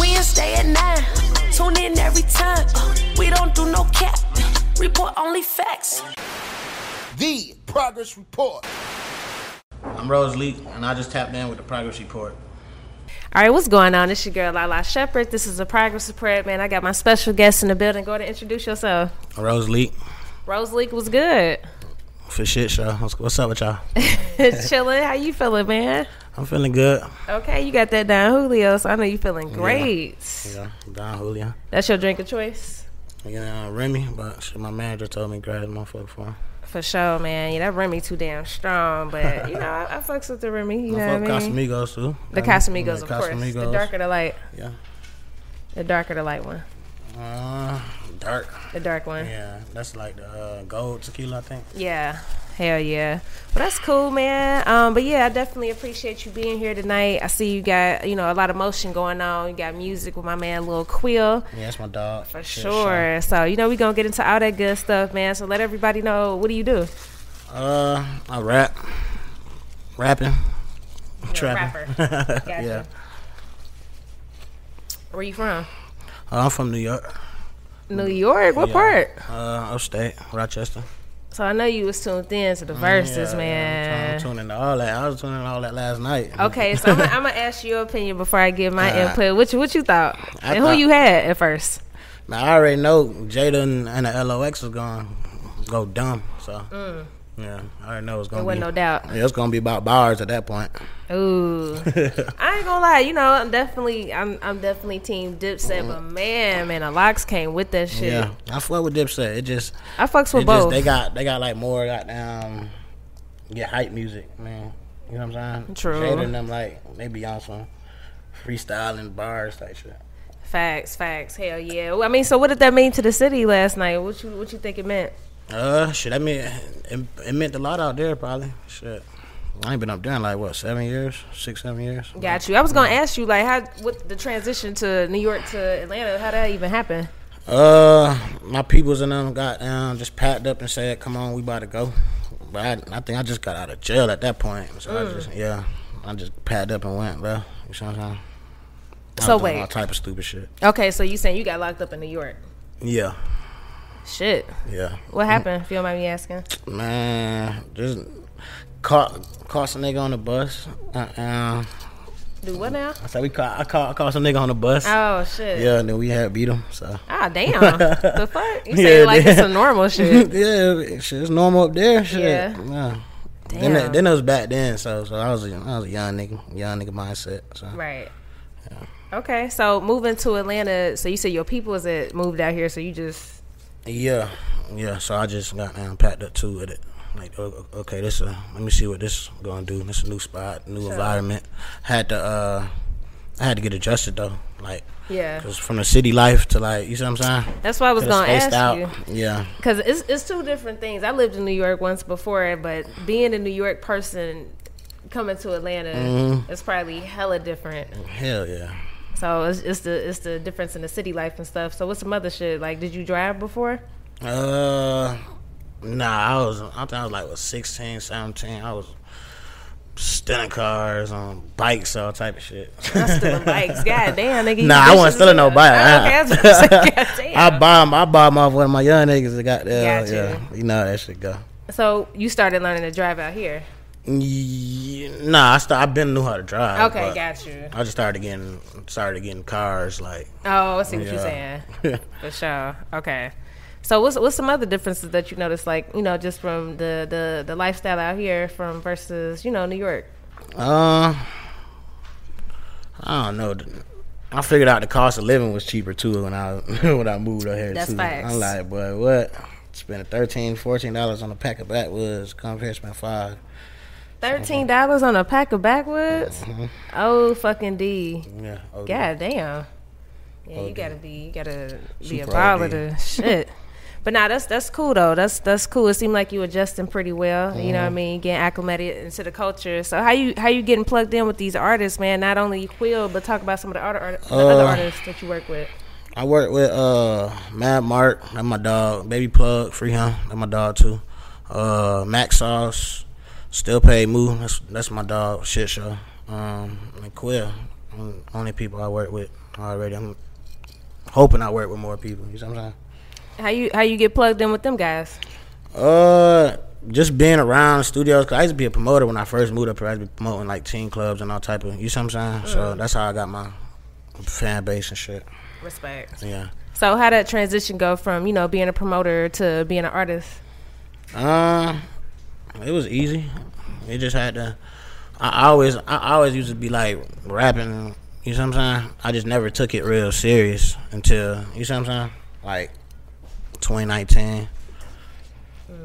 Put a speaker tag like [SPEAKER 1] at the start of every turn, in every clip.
[SPEAKER 1] Wednesday at nine. Tune in every time. We don't do no cap. Report only facts.
[SPEAKER 2] The Progress Report.
[SPEAKER 3] I'm Rose Leak, and I just tapped in with the progress report.
[SPEAKER 4] All right, what's going on? It's your girl Lala Shepherd. This is a progress report, man. I got my special guest in the building. Go ahead and introduce yourself.
[SPEAKER 3] Rose Leak
[SPEAKER 4] Rose Leak was good.
[SPEAKER 3] for shit show. What's, what's up with y'all?
[SPEAKER 4] Chilling. How you feeling, man?
[SPEAKER 3] I'm feeling good.
[SPEAKER 4] Okay, you got that down, Julio. So I know you feeling great.
[SPEAKER 3] Yeah, Don Julio.
[SPEAKER 4] That's your drink of choice.
[SPEAKER 3] You know, Remy, but shit, my manager told me grab the motherfucker for him.
[SPEAKER 4] For sure, man. Yeah, that Remy too damn strong, but you know I, I fucks with the Remy. You
[SPEAKER 3] I
[SPEAKER 4] know
[SPEAKER 3] fuck
[SPEAKER 4] what I mean?
[SPEAKER 3] Casamigos too.
[SPEAKER 4] The Casamigos, of course. The darker the light,
[SPEAKER 3] Yeah.
[SPEAKER 4] the darker the light one,
[SPEAKER 3] Uh, dark.
[SPEAKER 4] the dark one.
[SPEAKER 3] Yeah, that's like the uh, gold tequila, I think.
[SPEAKER 4] Yeah. Hell yeah. Well, that's cool, man. Um, but yeah, I definitely appreciate you being here tonight. I see you got, you know, a lot of motion going on. You got music with my man Lil Quill.
[SPEAKER 3] Yeah, that's my dog.
[SPEAKER 4] For sure. So, you know, we going to get into all that good stuff, man. So let everybody know what do you do?
[SPEAKER 3] Uh, I rap. Rapping.
[SPEAKER 4] You're a
[SPEAKER 3] Trapping.
[SPEAKER 4] rapper. Gotcha.
[SPEAKER 3] Yeah.
[SPEAKER 4] Where you from?
[SPEAKER 3] Uh, I'm from New York.
[SPEAKER 4] New York. What
[SPEAKER 3] Yeah.
[SPEAKER 4] part?
[SPEAKER 3] Uh, upstate, Rochester.
[SPEAKER 4] So I know you was tuned in to the verses,
[SPEAKER 3] Yeah,
[SPEAKER 4] man.
[SPEAKER 3] I'm tuning to all that. I was tuning to all that last night.
[SPEAKER 4] Okay, so I'm gonna ask your opinion before I give my
[SPEAKER 3] Uh,
[SPEAKER 4] input. What you what you thought?
[SPEAKER 3] I
[SPEAKER 4] and who
[SPEAKER 3] thought-
[SPEAKER 4] you had at first?
[SPEAKER 3] Now I already know Jada and, and the LOX is gonna go dumb. So yeah, I already know it's gonna
[SPEAKER 4] Mm. There wasn't
[SPEAKER 3] be
[SPEAKER 4] no doubt.
[SPEAKER 3] Yeah, it's gonna be about bars at that point.
[SPEAKER 4] Ooh, I ain't gonna lie. You know, I'm definitely, I'm, I'm definitely team Dipset, but man, man, the locks came with that shit.
[SPEAKER 3] Yeah, I fuck with Dipset. It just,
[SPEAKER 4] I fucks
[SPEAKER 3] it just
[SPEAKER 4] with both.
[SPEAKER 3] they got they got like more goddamn get hype music, man. You know what I'm saying?
[SPEAKER 4] True.
[SPEAKER 3] Jada and them like they be on some freestyling bars type shit.
[SPEAKER 4] facts, facts. Hell yeah. Well, I mean, so what did that mean to the city last night? What you, what you think it meant?
[SPEAKER 3] Uh, shit. I mean, it, it meant a lot out there, probably. Shit, I ain't been up there in like what seven years, six, seven years.
[SPEAKER 4] Got you. I was gonna ask you, like, how what the transition to New York to Atlanta? How that even happen?
[SPEAKER 3] Uh, my peoples and them got down, just packed up and said, "Come on, we about to go." But I, I think I just got out of jail at that point, so I just
[SPEAKER 4] Mm.
[SPEAKER 3] yeah, I just packed up and went, bro. You see what I'm saying? I
[SPEAKER 4] So
[SPEAKER 3] was doing
[SPEAKER 4] wait.
[SPEAKER 3] all type of stupid shit.
[SPEAKER 4] Okay, so you saying you got locked up in New York?
[SPEAKER 3] Yeah,
[SPEAKER 4] Shit.
[SPEAKER 3] yeah,
[SPEAKER 4] What happened? If you don't mind me asking.
[SPEAKER 3] man, just caught caught some nigga on the bus. Uh, uh
[SPEAKER 4] Do what now?
[SPEAKER 3] I said we caught I caught I caught some nigga on the bus.
[SPEAKER 4] Oh shit.
[SPEAKER 3] Yeah, and then we had beat him. So
[SPEAKER 4] Ah damn. the fuck? You say
[SPEAKER 3] Yeah,
[SPEAKER 4] like
[SPEAKER 3] damn.
[SPEAKER 4] it's some normal shit.
[SPEAKER 3] yeah, shit, it's normal up there. Shit.
[SPEAKER 4] Yeah.
[SPEAKER 3] Nah.
[SPEAKER 4] Damn.
[SPEAKER 3] Then, it, then it was back then, so so I was a, I was a young nigga, young nigga mindset. So
[SPEAKER 4] Right. Okay, so moving to Atlanta. So you said your people is that moved out here. So you just
[SPEAKER 3] yeah, yeah. So I just got down, packed up too with it. Like o- o- okay, this a let me see what this gonna do. This a new spot, new environment. Had to uh, I had to get adjusted though, like
[SPEAKER 4] yeah.
[SPEAKER 3] 'cause from the city life to like you see what I'm saying.
[SPEAKER 4] That's why I was
[SPEAKER 3] Could've
[SPEAKER 4] gonna
[SPEAKER 3] spaced
[SPEAKER 4] ask
[SPEAKER 3] out.
[SPEAKER 4] you
[SPEAKER 3] Yeah,
[SPEAKER 4] because it's it's two different things. I lived in New York once before, but being a New York person coming to Atlanta
[SPEAKER 3] Mm-hmm.
[SPEAKER 4] is probably hella different.
[SPEAKER 3] hell yeah.
[SPEAKER 4] So it's, it's the it's the difference in the city life and stuff. So what's some other shit like? Did you drive before?
[SPEAKER 3] Uh, nah, I was. I think I was like was 16, 17. I was stealing cars on bikes, all type of shit.
[SPEAKER 4] Stealing bikes, god damn nigga. you
[SPEAKER 3] Nah, I wasn't
[SPEAKER 4] vicious
[SPEAKER 3] stealing
[SPEAKER 4] as
[SPEAKER 3] no
[SPEAKER 4] hell.
[SPEAKER 3] bike.
[SPEAKER 4] Okay, I was about to say, god damn.
[SPEAKER 3] I bomb. I bomb off one of my young niggas that got there.
[SPEAKER 4] Gotcha.
[SPEAKER 3] Yeah, you know how that shit go.
[SPEAKER 4] so you started learning to drive out here.
[SPEAKER 3] Ye- Nah, I st- I been knew how to drive.
[SPEAKER 4] Okay,
[SPEAKER 3] but
[SPEAKER 4] got you.
[SPEAKER 3] I just started getting started getting cars like.
[SPEAKER 4] Oh, I see what you're
[SPEAKER 3] Yeah.
[SPEAKER 4] saying. For sure. Okay. So what's what's some other differences that you notice, like you know, just from the the the lifestyle out here from versus you know New York?
[SPEAKER 3] Uh, I don't know. I figured out the cost of living was cheaper too when I when I moved out here.
[SPEAKER 4] That's
[SPEAKER 3] too.
[SPEAKER 4] facts.
[SPEAKER 3] I'm like, boy, what? Spending thirteen, fourteen dollars on a pack of backwoods. Come here, spend five.
[SPEAKER 4] Thirteen dollars on a pack of backwoods. Oh fucking D.
[SPEAKER 3] Yeah. Oh,
[SPEAKER 4] God damn. Yeah, you gotta be you gotta be a
[SPEAKER 3] Super
[SPEAKER 4] baller
[SPEAKER 3] OD.
[SPEAKER 4] to shit. But nah, that's that's cool though. That's that's cool. It seemed like you adjusting pretty well. You know what I mean? Getting acclimated into the culture. So how you how you getting plugged in with these artists, man? Not only Quill, but talk about some of the other art- the other
[SPEAKER 3] Uh,
[SPEAKER 4] artists that you work with.
[SPEAKER 3] I work with uh Mad Mark, that's my dog. Baby Plug, Free Him, that's my dog too. Uh Max Sauce, Still Pay Moo, that's that's my dog, shit show. Um and Quill. um, Only people I work with already. I'm hoping I work with more people. You know what I'm saying?
[SPEAKER 4] How you how you get plugged in with them guys?
[SPEAKER 3] Uh, just being around studios. 'cause I used to be a promoter when I first moved up here. I used to be promoting like teen clubs and all type of. You see what I'm saying? So that's how I got my fan base and shit.
[SPEAKER 4] Respect.
[SPEAKER 3] Yeah.
[SPEAKER 4] So how that transition go from you know being a promoter to being an artist?
[SPEAKER 3] Um, it was easy. It just had to. I always, I always used to be like rapping. You know what I'm saying? I just never took it real serious until you see what I'm saying. Like 2019,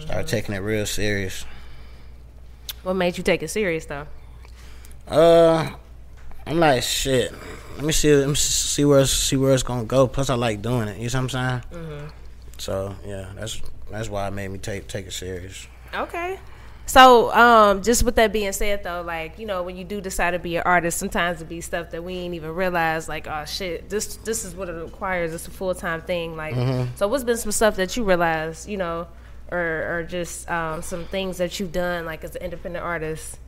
[SPEAKER 3] started taking it real serious.
[SPEAKER 4] What made you take it serious though?
[SPEAKER 3] Uh, I'm like shit. Let me see. Let me s- see where it's, see where it's gonna go. Plus, I like doing it. You know what I'm saying? So yeah, that's that's why it made me take take it serious.
[SPEAKER 4] Okay. So, um, just with that being said, though, like you know, when you do decide to be an artist, sometimes it be stuff that we ain't even realize. Like, oh shit, this this is what it requires. It's a full time thing. Like, so what's been some stuff that you realize, you know, or or just um, some things that you've done, like as an independent artist.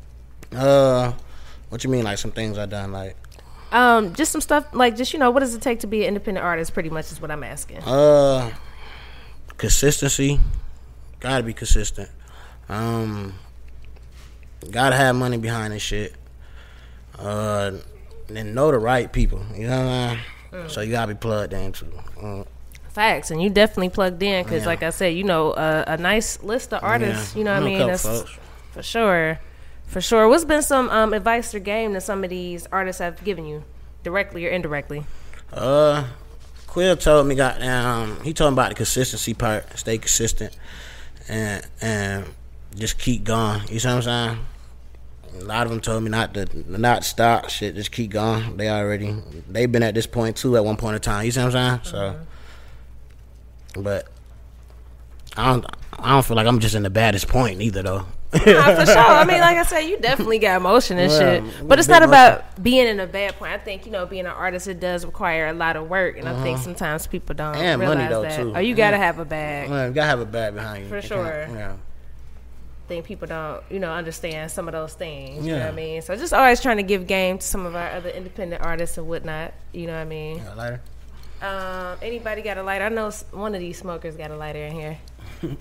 [SPEAKER 3] Uh, what you mean? Like some things I done? Like
[SPEAKER 4] Um, just some stuff like just you know, what does it take to be an independent artist? Pretty much is what I'm asking.
[SPEAKER 3] uh, consistency. Gotta be consistent. Um, gotta have money behind this shit. Uh, and know the right people. You know what I'm saying? So you gotta be plugged into. Uh,
[SPEAKER 4] Facts, and you definitely plugged in because,
[SPEAKER 3] Yeah.
[SPEAKER 4] like I said, you know, a, a nice list of artists.
[SPEAKER 3] yeah.
[SPEAKER 4] You know what I
[SPEAKER 3] a
[SPEAKER 4] mean?
[SPEAKER 3] couple
[SPEAKER 4] That's-
[SPEAKER 3] folks.
[SPEAKER 4] For sure. For sure. What's been some um, advice or game that some of these artists have given you, directly or indirectly?
[SPEAKER 3] Uh, Quill told me got um he told me about the consistency part, stay consistent, and and just keep going. You see what I'm saying? A lot of them told me not to not stop shit, just keep going. They already they've been at this point too at one point in time. You see what I'm saying?
[SPEAKER 4] Uh-huh.
[SPEAKER 3] So, but I don't I don't feel like I'm just in the baddest point either though.
[SPEAKER 4] Nah, for sure. I mean, like I said, you definitely got emotion and
[SPEAKER 3] Yeah,
[SPEAKER 4] shit.
[SPEAKER 3] I'm
[SPEAKER 4] But it's
[SPEAKER 3] a
[SPEAKER 4] not
[SPEAKER 3] big
[SPEAKER 4] about being in a bad point. I think, you know, being an artist, it does require a lot of work. And I think sometimes people don't
[SPEAKER 3] Uh-huh. And money,
[SPEAKER 4] realize
[SPEAKER 3] though,
[SPEAKER 4] that.
[SPEAKER 3] too.
[SPEAKER 4] Oh, you got to
[SPEAKER 3] Yeah.
[SPEAKER 4] have a bag.
[SPEAKER 3] Man, you gotta have a bag behind you.
[SPEAKER 4] For
[SPEAKER 3] You can't-
[SPEAKER 4] sure.
[SPEAKER 3] Yeah.
[SPEAKER 4] think people don't, you know, understand some of those things. You know
[SPEAKER 3] Yeah.
[SPEAKER 4] what I mean? So just always trying to give game to some of our other independent artists and whatnot. You know what I mean?
[SPEAKER 3] Yeah, later.
[SPEAKER 4] Um, anybody got a lighter? I know s- one of these smokers got a lighter in here. Cool.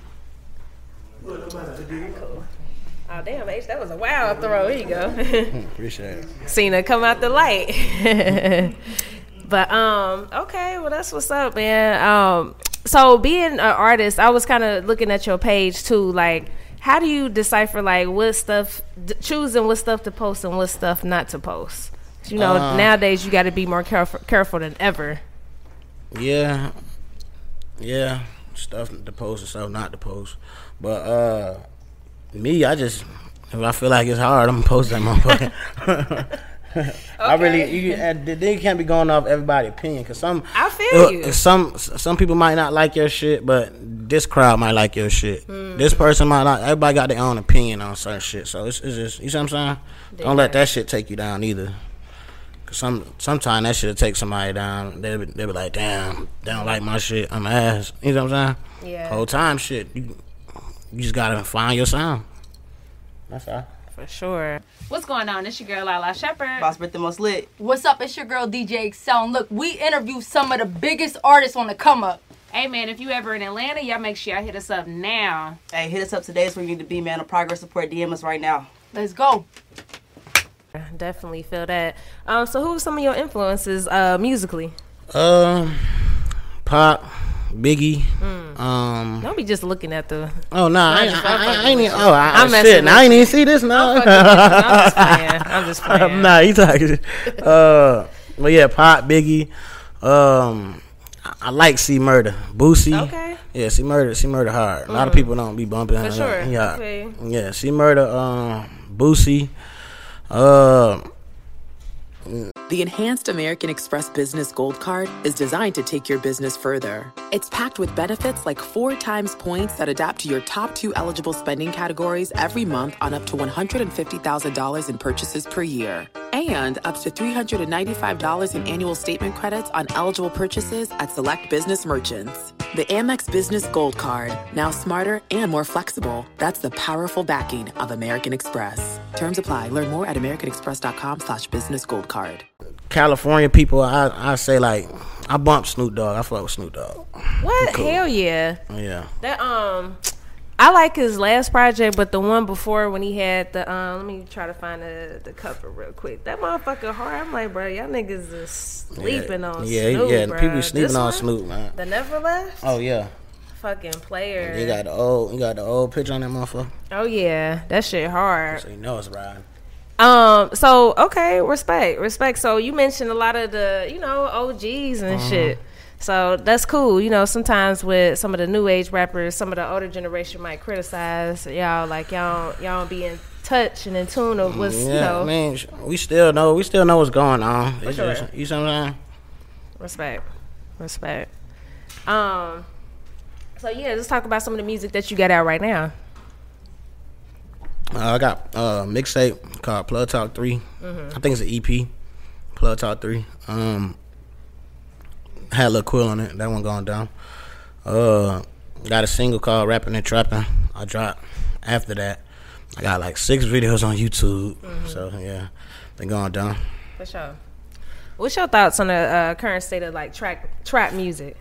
[SPEAKER 4] Oh damn, H, that was a wild throw. Here you go,
[SPEAKER 3] Appreciate it.
[SPEAKER 4] Cena, come out the light. but um, okay, well that's what's up, man. Um, so being an artist, I was kind of looking at your page too. Like, how do you decipher like what stuff, d- choosing what stuff to post and what stuff not to post? You know,
[SPEAKER 3] Uh,
[SPEAKER 4] nowadays you got to be more careful, careful than ever.
[SPEAKER 3] Yeah, yeah, stuff to post and stuff not to post. But uh, me, I just if I feel like it's hard, I'm gonna post that motherfucker. I really, you, and the thing can't be going off everybody's opinion because some,
[SPEAKER 4] I feel
[SPEAKER 3] uh,
[SPEAKER 4] you.
[SPEAKER 3] Some some people might not like your shit, but this crowd might like your shit.
[SPEAKER 4] Hmm.
[SPEAKER 3] This person might not. Everybody got their own opinion on certain shit, so it's, it's just you see what I'm saying. Don't let that shit take you down either. Cause some sometime that shit'll take somebody down. They'll be, they'll be like, damn, they don't like my shit. I'm ass. You know what I'm saying?
[SPEAKER 4] Yeah.
[SPEAKER 3] Whole time shit. You, you just gotta find your sound. That's all.
[SPEAKER 4] For sure.
[SPEAKER 5] What's going on? It's your girl Lala Shepherd.
[SPEAKER 6] Boss Brit the most lit. What's up? It's your girl DJ Excel. And look, we interview some of the biggest artists on the come up.
[SPEAKER 5] Hey man, if you ever in Atlanta, y'all make sure y'all hit us up now.
[SPEAKER 7] Hey, hit us up today. It's where you need to be, man. A progress support. DM us right now.
[SPEAKER 6] Let's go.
[SPEAKER 4] Definitely feel that. Um, so who are some of your influences uh, musically?
[SPEAKER 3] Um, pop, Biggie.
[SPEAKER 4] Hmm.
[SPEAKER 3] Um,
[SPEAKER 4] Don't be just looking at the.
[SPEAKER 3] Oh no, I,
[SPEAKER 4] just-
[SPEAKER 3] ain't-
[SPEAKER 4] I'm
[SPEAKER 3] I, I,
[SPEAKER 4] fucking
[SPEAKER 3] I ain't even. Oh, I,
[SPEAKER 4] I'm
[SPEAKER 3] am
[SPEAKER 4] messing
[SPEAKER 3] shit.
[SPEAKER 4] with
[SPEAKER 3] Now, I ain't even see this now.
[SPEAKER 4] I'm just playing. I'm just playing.
[SPEAKER 3] nah, you talking? Uh, but yeah, Pop, Biggie. Um, I- I like C Murder, Boosie.
[SPEAKER 4] Okay. Mm-hmm.
[SPEAKER 3] Yeah, C Murder, C Murder hard. A lot of people don't be bumping. her.
[SPEAKER 4] sure.
[SPEAKER 3] He hard.
[SPEAKER 4] Okay.
[SPEAKER 3] Yeah, C Murder, um, Boosie. Uh,
[SPEAKER 8] The Enhanced American Express Business Gold Card is designed to take your business further. It's packed with benefits like four times points that adapt to your top two eligible spending categories every month on up to $150,000 in purchases per year, and up to $395 in annual statement credits on eligible purchases at select business merchants. The Amex Business Gold Card, now smarter and more flexible. That's the powerful backing of American Express. Terms apply. Learn more at americanexpress.com slash business gold card.
[SPEAKER 3] California people, I I say like I bump Snoop Dogg. I fuck with Snoop Dogg.
[SPEAKER 4] What?
[SPEAKER 3] Cool.
[SPEAKER 4] Hell yeah.
[SPEAKER 3] Yeah.
[SPEAKER 4] That um, I like his last project, but the one before when he had the um, let me try to find the, the cover real quick. That motherfucker hard. I'm like, bro, y'all niggas is sleeping on
[SPEAKER 3] yeah,
[SPEAKER 4] Snoop.
[SPEAKER 3] yeah.
[SPEAKER 4] bruh.
[SPEAKER 3] People be sleeping
[SPEAKER 4] This
[SPEAKER 3] on
[SPEAKER 4] one?
[SPEAKER 3] Snoop, man.
[SPEAKER 4] The Never Left
[SPEAKER 3] Oh yeah.
[SPEAKER 4] fucking player.
[SPEAKER 3] You got the old, you got the old picture on that motherfucker.
[SPEAKER 4] oh yeah, that shit hard.
[SPEAKER 3] So you know it's riding.
[SPEAKER 4] Um, so okay, respect, respect. So you mentioned a lot of the, you know, OGs and shit. So that's cool. You know, sometimes with some of the new age rappers, some of the older generation might criticize y'all, like y'all y'all don't be in touch and in tune of what's you
[SPEAKER 3] Yeah,
[SPEAKER 4] know
[SPEAKER 3] I mean, sh- we still know, we still know what's going on. It's
[SPEAKER 4] sure.
[SPEAKER 3] just, you see what I'm saying?
[SPEAKER 4] respect. Respect. Um so yeah, let's talk about some of the music that you got out right now.
[SPEAKER 3] Uh, I got uh, mixtape called Plug Talk 3 I think it's an EP. Plug Talk Three. Um, had Lil Quill on it. That one going down. Uh, got a single called Rapping and Trapping. I dropped. After that, I got like six videos on YouTube. So yeah, they going down.
[SPEAKER 4] For sure. What's your thoughts on the uh, current state of like track trap music?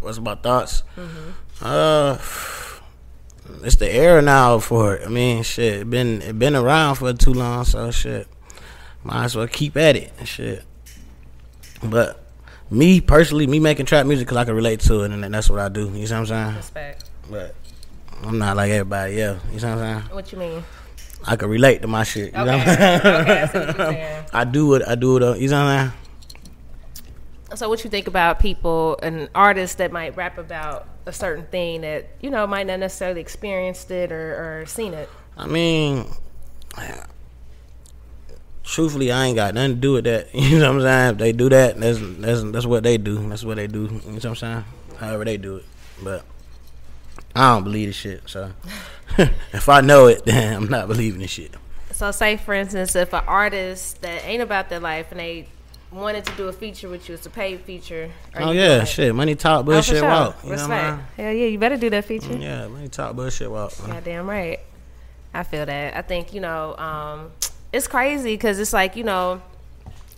[SPEAKER 3] What's my thoughts? Uh, it's the era now for it. I mean, shit, it been it been around for too long, so shit, might as well keep at it, and shit. But me personally, me making trap music because I can relate to it, and that's what I do. You see what I'm saying?
[SPEAKER 4] Respect.
[SPEAKER 3] But I'm not like everybody else. You see what I'm saying?
[SPEAKER 4] What you mean?
[SPEAKER 3] I can relate to my shit. You know what I'm saying?
[SPEAKER 4] okay, I see what you're saying.
[SPEAKER 3] I do it. I do it. uh, You know what I'm saying?
[SPEAKER 4] So, what you think about people and artists that might rap about a certain thing that you know might not necessarily experienced it or, or seen it?
[SPEAKER 3] I mean, truthfully, I ain't got nothing to do with that. You know what I'm saying? If they do that, that's that's that's what they do. That's what they do. You know what I'm saying? However they do it, but I don't believe this shit. So if I know it, then I'm not believing this shit.
[SPEAKER 4] So, say for instance, if an artist that ain't about their life and they wanted to do a feature with you, it's a paid feature. are
[SPEAKER 3] Oh
[SPEAKER 4] you
[SPEAKER 3] yeah,
[SPEAKER 4] doing it?
[SPEAKER 3] shit. Money talk,
[SPEAKER 4] Oh, for
[SPEAKER 3] bullshit
[SPEAKER 4] sure.
[SPEAKER 3] walk. You know what
[SPEAKER 4] Respect.
[SPEAKER 3] I'm
[SPEAKER 4] Hell yeah, you better do that feature.
[SPEAKER 3] saying? Yeah, money talk, bullshit walk.
[SPEAKER 4] Goddamn right. I feel that. I think you know, um, it's crazy because it's like you know,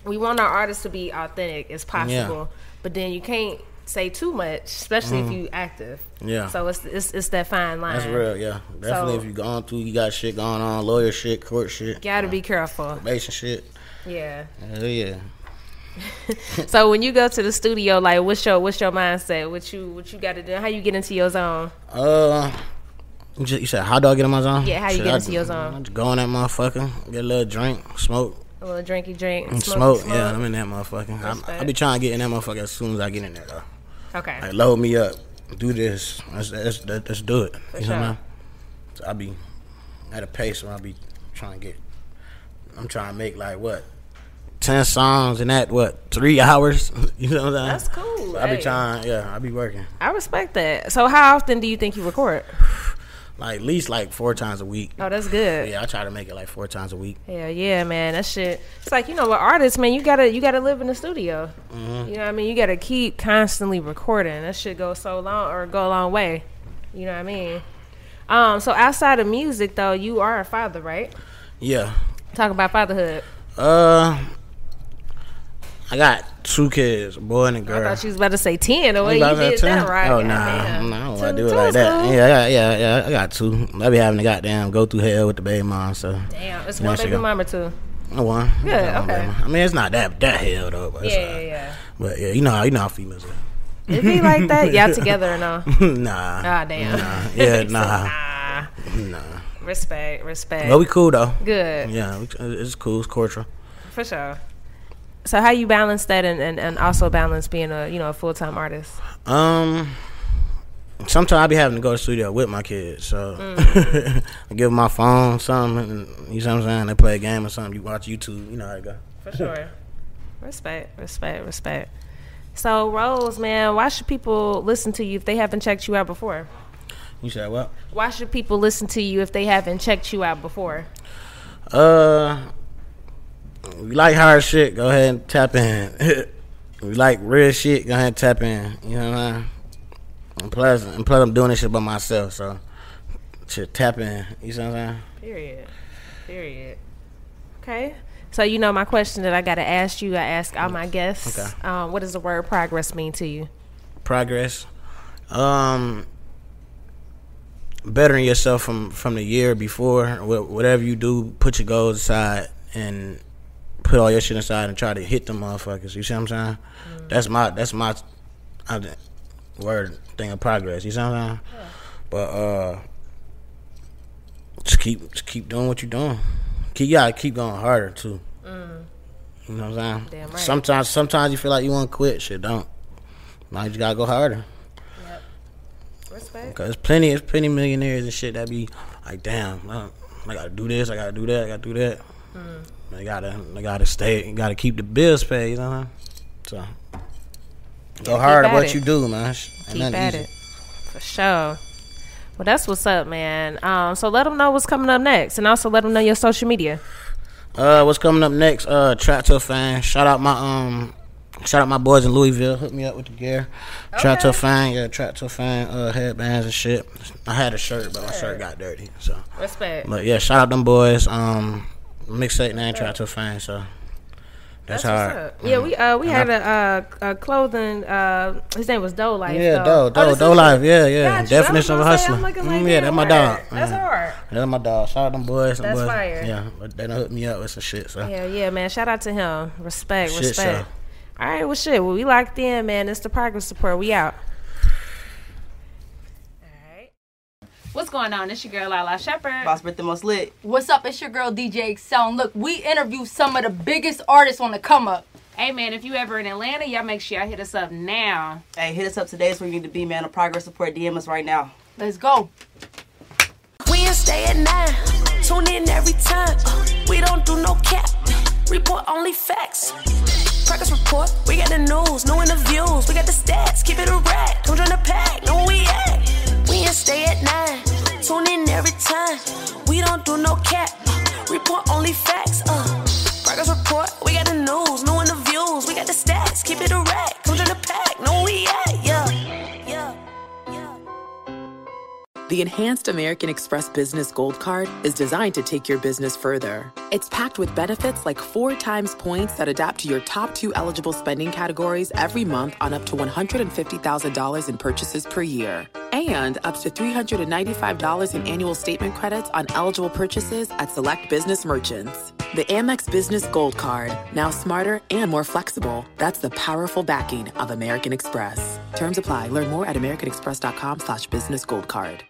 [SPEAKER 4] we want our artists to be authentic as possible, but then you can't say too much, especially if you active.
[SPEAKER 3] Mm-hmm. Yeah.
[SPEAKER 4] So it's it's, it's that fine line.
[SPEAKER 3] That's real, yeah. Definitely,
[SPEAKER 4] So-
[SPEAKER 3] if you gone through, you got shit going on, lawyer shit, court shit,
[SPEAKER 4] Gotta be careful.
[SPEAKER 3] probation shit.
[SPEAKER 4] Yeah.
[SPEAKER 3] Hell yeah.
[SPEAKER 4] So when you go to the studio, like, what's your what's your mindset? What you what you got to do? How you get into your zone?
[SPEAKER 3] Uh, you ju- you said how do I get in my zone?
[SPEAKER 4] Yeah, how you
[SPEAKER 3] Shit,
[SPEAKER 4] get
[SPEAKER 3] I
[SPEAKER 4] into your zone?
[SPEAKER 3] I just go in that motherfucker, get a little drink, smoke,
[SPEAKER 4] A little drinky drink,
[SPEAKER 3] and Mm, smoke.
[SPEAKER 4] smoke,
[SPEAKER 3] Yeah, I'm in that motherfucker. I'm- I, be trying to get in that motherfucker as soon as I get in there though.
[SPEAKER 4] Okay.
[SPEAKER 3] Like load me up, do this, let's, let's, let's let's do it. You know what I
[SPEAKER 4] sure.
[SPEAKER 3] mean? So I be at a pace where I be trying to get. I'm trying to make like what. Ten songs in that what three hours? You know what I'm saying?
[SPEAKER 4] That's cool,
[SPEAKER 3] So I be
[SPEAKER 4] hey.
[SPEAKER 3] trying, yeah. I be working
[SPEAKER 4] I respect that. So how often do you think you record?
[SPEAKER 3] like at least like four times a week.
[SPEAKER 4] Oh, that's good.
[SPEAKER 3] Yeah, I try to make it like four times a week.
[SPEAKER 4] Hell yeah, man. That shit. It's like you know, with artists, man, you gotta you gotta live in the studio.
[SPEAKER 3] Mm-hmm.
[SPEAKER 4] You know what I mean? You gotta keep constantly recording. That shit goes so long or go a long way. You know what I mean? Um, so outside of music though, you are a father, right?
[SPEAKER 3] Yeah.
[SPEAKER 4] Talk about fatherhood.
[SPEAKER 3] Uh, I got two kids, a boy and a girl.
[SPEAKER 4] I thought you was about to say ten. The way
[SPEAKER 3] You
[SPEAKER 4] you
[SPEAKER 3] about
[SPEAKER 4] did
[SPEAKER 3] to
[SPEAKER 4] that,
[SPEAKER 3] tell?
[SPEAKER 4] right?
[SPEAKER 3] Oh nah,
[SPEAKER 4] Goddamn.
[SPEAKER 3] nah, I don't
[SPEAKER 4] Two-
[SPEAKER 3] wanna do it
[SPEAKER 4] two
[SPEAKER 3] like
[SPEAKER 4] is
[SPEAKER 3] that.
[SPEAKER 4] cool.
[SPEAKER 3] Yeah, yeah, yeah, yeah. I got two. I be having to goddamn go through hell with the baby mom. So
[SPEAKER 4] Damn, it's
[SPEAKER 3] Yeah,
[SPEAKER 4] one
[SPEAKER 3] she
[SPEAKER 4] baby
[SPEAKER 3] go.
[SPEAKER 4] mama too.
[SPEAKER 3] I won. Yeah,
[SPEAKER 4] okay.
[SPEAKER 3] baby mama. I mean, it's not that that hell though. But it's
[SPEAKER 4] Yeah,
[SPEAKER 3] all
[SPEAKER 4] yeah,
[SPEAKER 3] right.
[SPEAKER 4] yeah.
[SPEAKER 3] But yeah, you know, how- you know how females are.
[SPEAKER 4] It be like that. Y'all together and all.
[SPEAKER 3] nah.
[SPEAKER 4] Ah,
[SPEAKER 3] Nah.
[SPEAKER 4] damn.
[SPEAKER 3] Yeah,
[SPEAKER 4] He said,
[SPEAKER 3] nah.
[SPEAKER 4] nah.
[SPEAKER 3] Nah.
[SPEAKER 4] Respect, respect.
[SPEAKER 3] But we cool though.
[SPEAKER 4] Good.
[SPEAKER 3] Yeah, we- it's cool. It's cordial.
[SPEAKER 4] For sure. So how you balance that and, and, and also balance being a you know a full time artist?
[SPEAKER 3] Um, sometimes I be having to go to the studio with my kids, so I give 'em my phone something. And, you know what I'm saying? They play a game or something. You watch YouTube. You know how it go.
[SPEAKER 4] For sure. respect, respect, respect. So Rose, man, why should people listen to you if they haven't checked you out before?
[SPEAKER 3] You said what?
[SPEAKER 4] Why should people listen to you if they haven't checked you out before?
[SPEAKER 3] Uh, if you like hard shit? Go ahead and tap in. if you like real shit? Go ahead and tap in. You know what I'm saying? And plus, and plus, I'm doing this shit by myself, so shit, tap in. You know what I'm saying?
[SPEAKER 4] Period. Period. Okay. So you know my question that I gotta ask you, I ask all my guests.
[SPEAKER 3] Okay.
[SPEAKER 4] Um, what does the word progress mean to you?
[SPEAKER 3] progress um bettering yourself from from the year before Wh- whatever you do put your goals aside and put all your shit aside and try to hit them motherfuckers you see what i'm saying
[SPEAKER 4] Mm-hmm.
[SPEAKER 3] that's my that's my uh, word thing of progress you see what i'm saying but uh just keep just keep doing what you're doing keep you gotta keep going harder too you know what i'm saying
[SPEAKER 4] Mm. Damn right.
[SPEAKER 3] sometimes sometimes you feel like you want to quit shit don't now you just gotta go harder.
[SPEAKER 4] Respect.
[SPEAKER 3] Cause plenty, it's plenty millionaires and shit that be like, damn, I, I gotta do this, I gotta do that, I gotta do that.
[SPEAKER 4] Mm.
[SPEAKER 3] They gotta, they gotta stay, gotta keep the bills paid, you know. So go hard at
[SPEAKER 4] at
[SPEAKER 3] what
[SPEAKER 4] it.
[SPEAKER 3] you do, man. Sh- ain't
[SPEAKER 4] Keep
[SPEAKER 3] nothing
[SPEAKER 4] at
[SPEAKER 3] easy.
[SPEAKER 4] it. For sure. Well, that's what's up, man. Um, so let them know what's coming up next, and also let them know your social media.
[SPEAKER 3] Uh, what's coming up next? Uh, Trap Tough Fan. Shout out my um, shout out my boys in Louisville. Hook me up with the gear. Trap Tough Fan, yeah, Trap Tough Fan. Uh, headbands and shit. I had a shirt, but my shirt got dirty, so.
[SPEAKER 4] Respect.
[SPEAKER 3] But yeah, shout out them boys. Um, mixtape name try to find so. That's,
[SPEAKER 4] What's
[SPEAKER 3] hard.
[SPEAKER 4] up? Yeah, we uh we had a, uh a clothing uh his name was Doe Life.
[SPEAKER 3] Yeah,
[SPEAKER 4] though. Oh,
[SPEAKER 3] Doe, Doe, Doe Life. Yeah, yeah.
[SPEAKER 4] Gotcha.
[SPEAKER 3] Definition
[SPEAKER 4] I
[SPEAKER 3] of a
[SPEAKER 4] was gonna say,
[SPEAKER 3] hustler.
[SPEAKER 4] I'm looking
[SPEAKER 3] Mm,
[SPEAKER 4] like,
[SPEAKER 3] yeah,
[SPEAKER 4] damn,
[SPEAKER 3] that's my
[SPEAKER 4] word.
[SPEAKER 3] dog.
[SPEAKER 4] That's
[SPEAKER 3] yeah.
[SPEAKER 4] hard.
[SPEAKER 3] That's my dog. Shout out them boys. Them
[SPEAKER 4] That's
[SPEAKER 3] boys.
[SPEAKER 4] fire.
[SPEAKER 3] Yeah, but they done hooked me up with some shit. So
[SPEAKER 4] Yeah, yeah, man. Shout out to him. Respect,
[SPEAKER 3] Shit
[SPEAKER 4] respect. All right, well, shit. Well, we locked in, man. It's the progress support. We out.
[SPEAKER 5] What's going on? It's your girl Lala Shepherd.
[SPEAKER 7] Boss Brit the most lit.
[SPEAKER 6] What's up? It's your girl DJ Excel. And look, we interview some of the biggest artists on the come up.
[SPEAKER 5] Hey man, if you ever in Atlanta, y'all make sure y'all hit us up now.
[SPEAKER 7] Hey, hit us up today. It's where you need to be, man. A progress support. DM us right now.
[SPEAKER 6] Let's go.
[SPEAKER 1] Wednesday at 9. Tune in every time. We don't do no cap. Report only facts. Practice report. We got the news, new interviews. We got the stats. Keep it a rack. Don't join the pack. Know where we at. Wednesday at 9. Tune in every time. We don't do no cap. Report only facts. Uh. Progress report. We got the news, new interviews. We got the stats. Keep it a rack. Don't join the pack. Know where we at. Yeah. Yeah. Yeah.
[SPEAKER 8] The Enhanced American Express Business Gold Card is designed to take your business further. It's packed with benefits like four times points that adapt to your top two eligible spending categories every month on up to $150,000 in purchases per year, and up to $395 in annual statement credits on eligible purchases at select business merchants. The Amex Business Gold Card, now smarter and more flexible. That's the powerful backing of American Express. Terms apply. Learn more at americanexpress.com slash business gold card.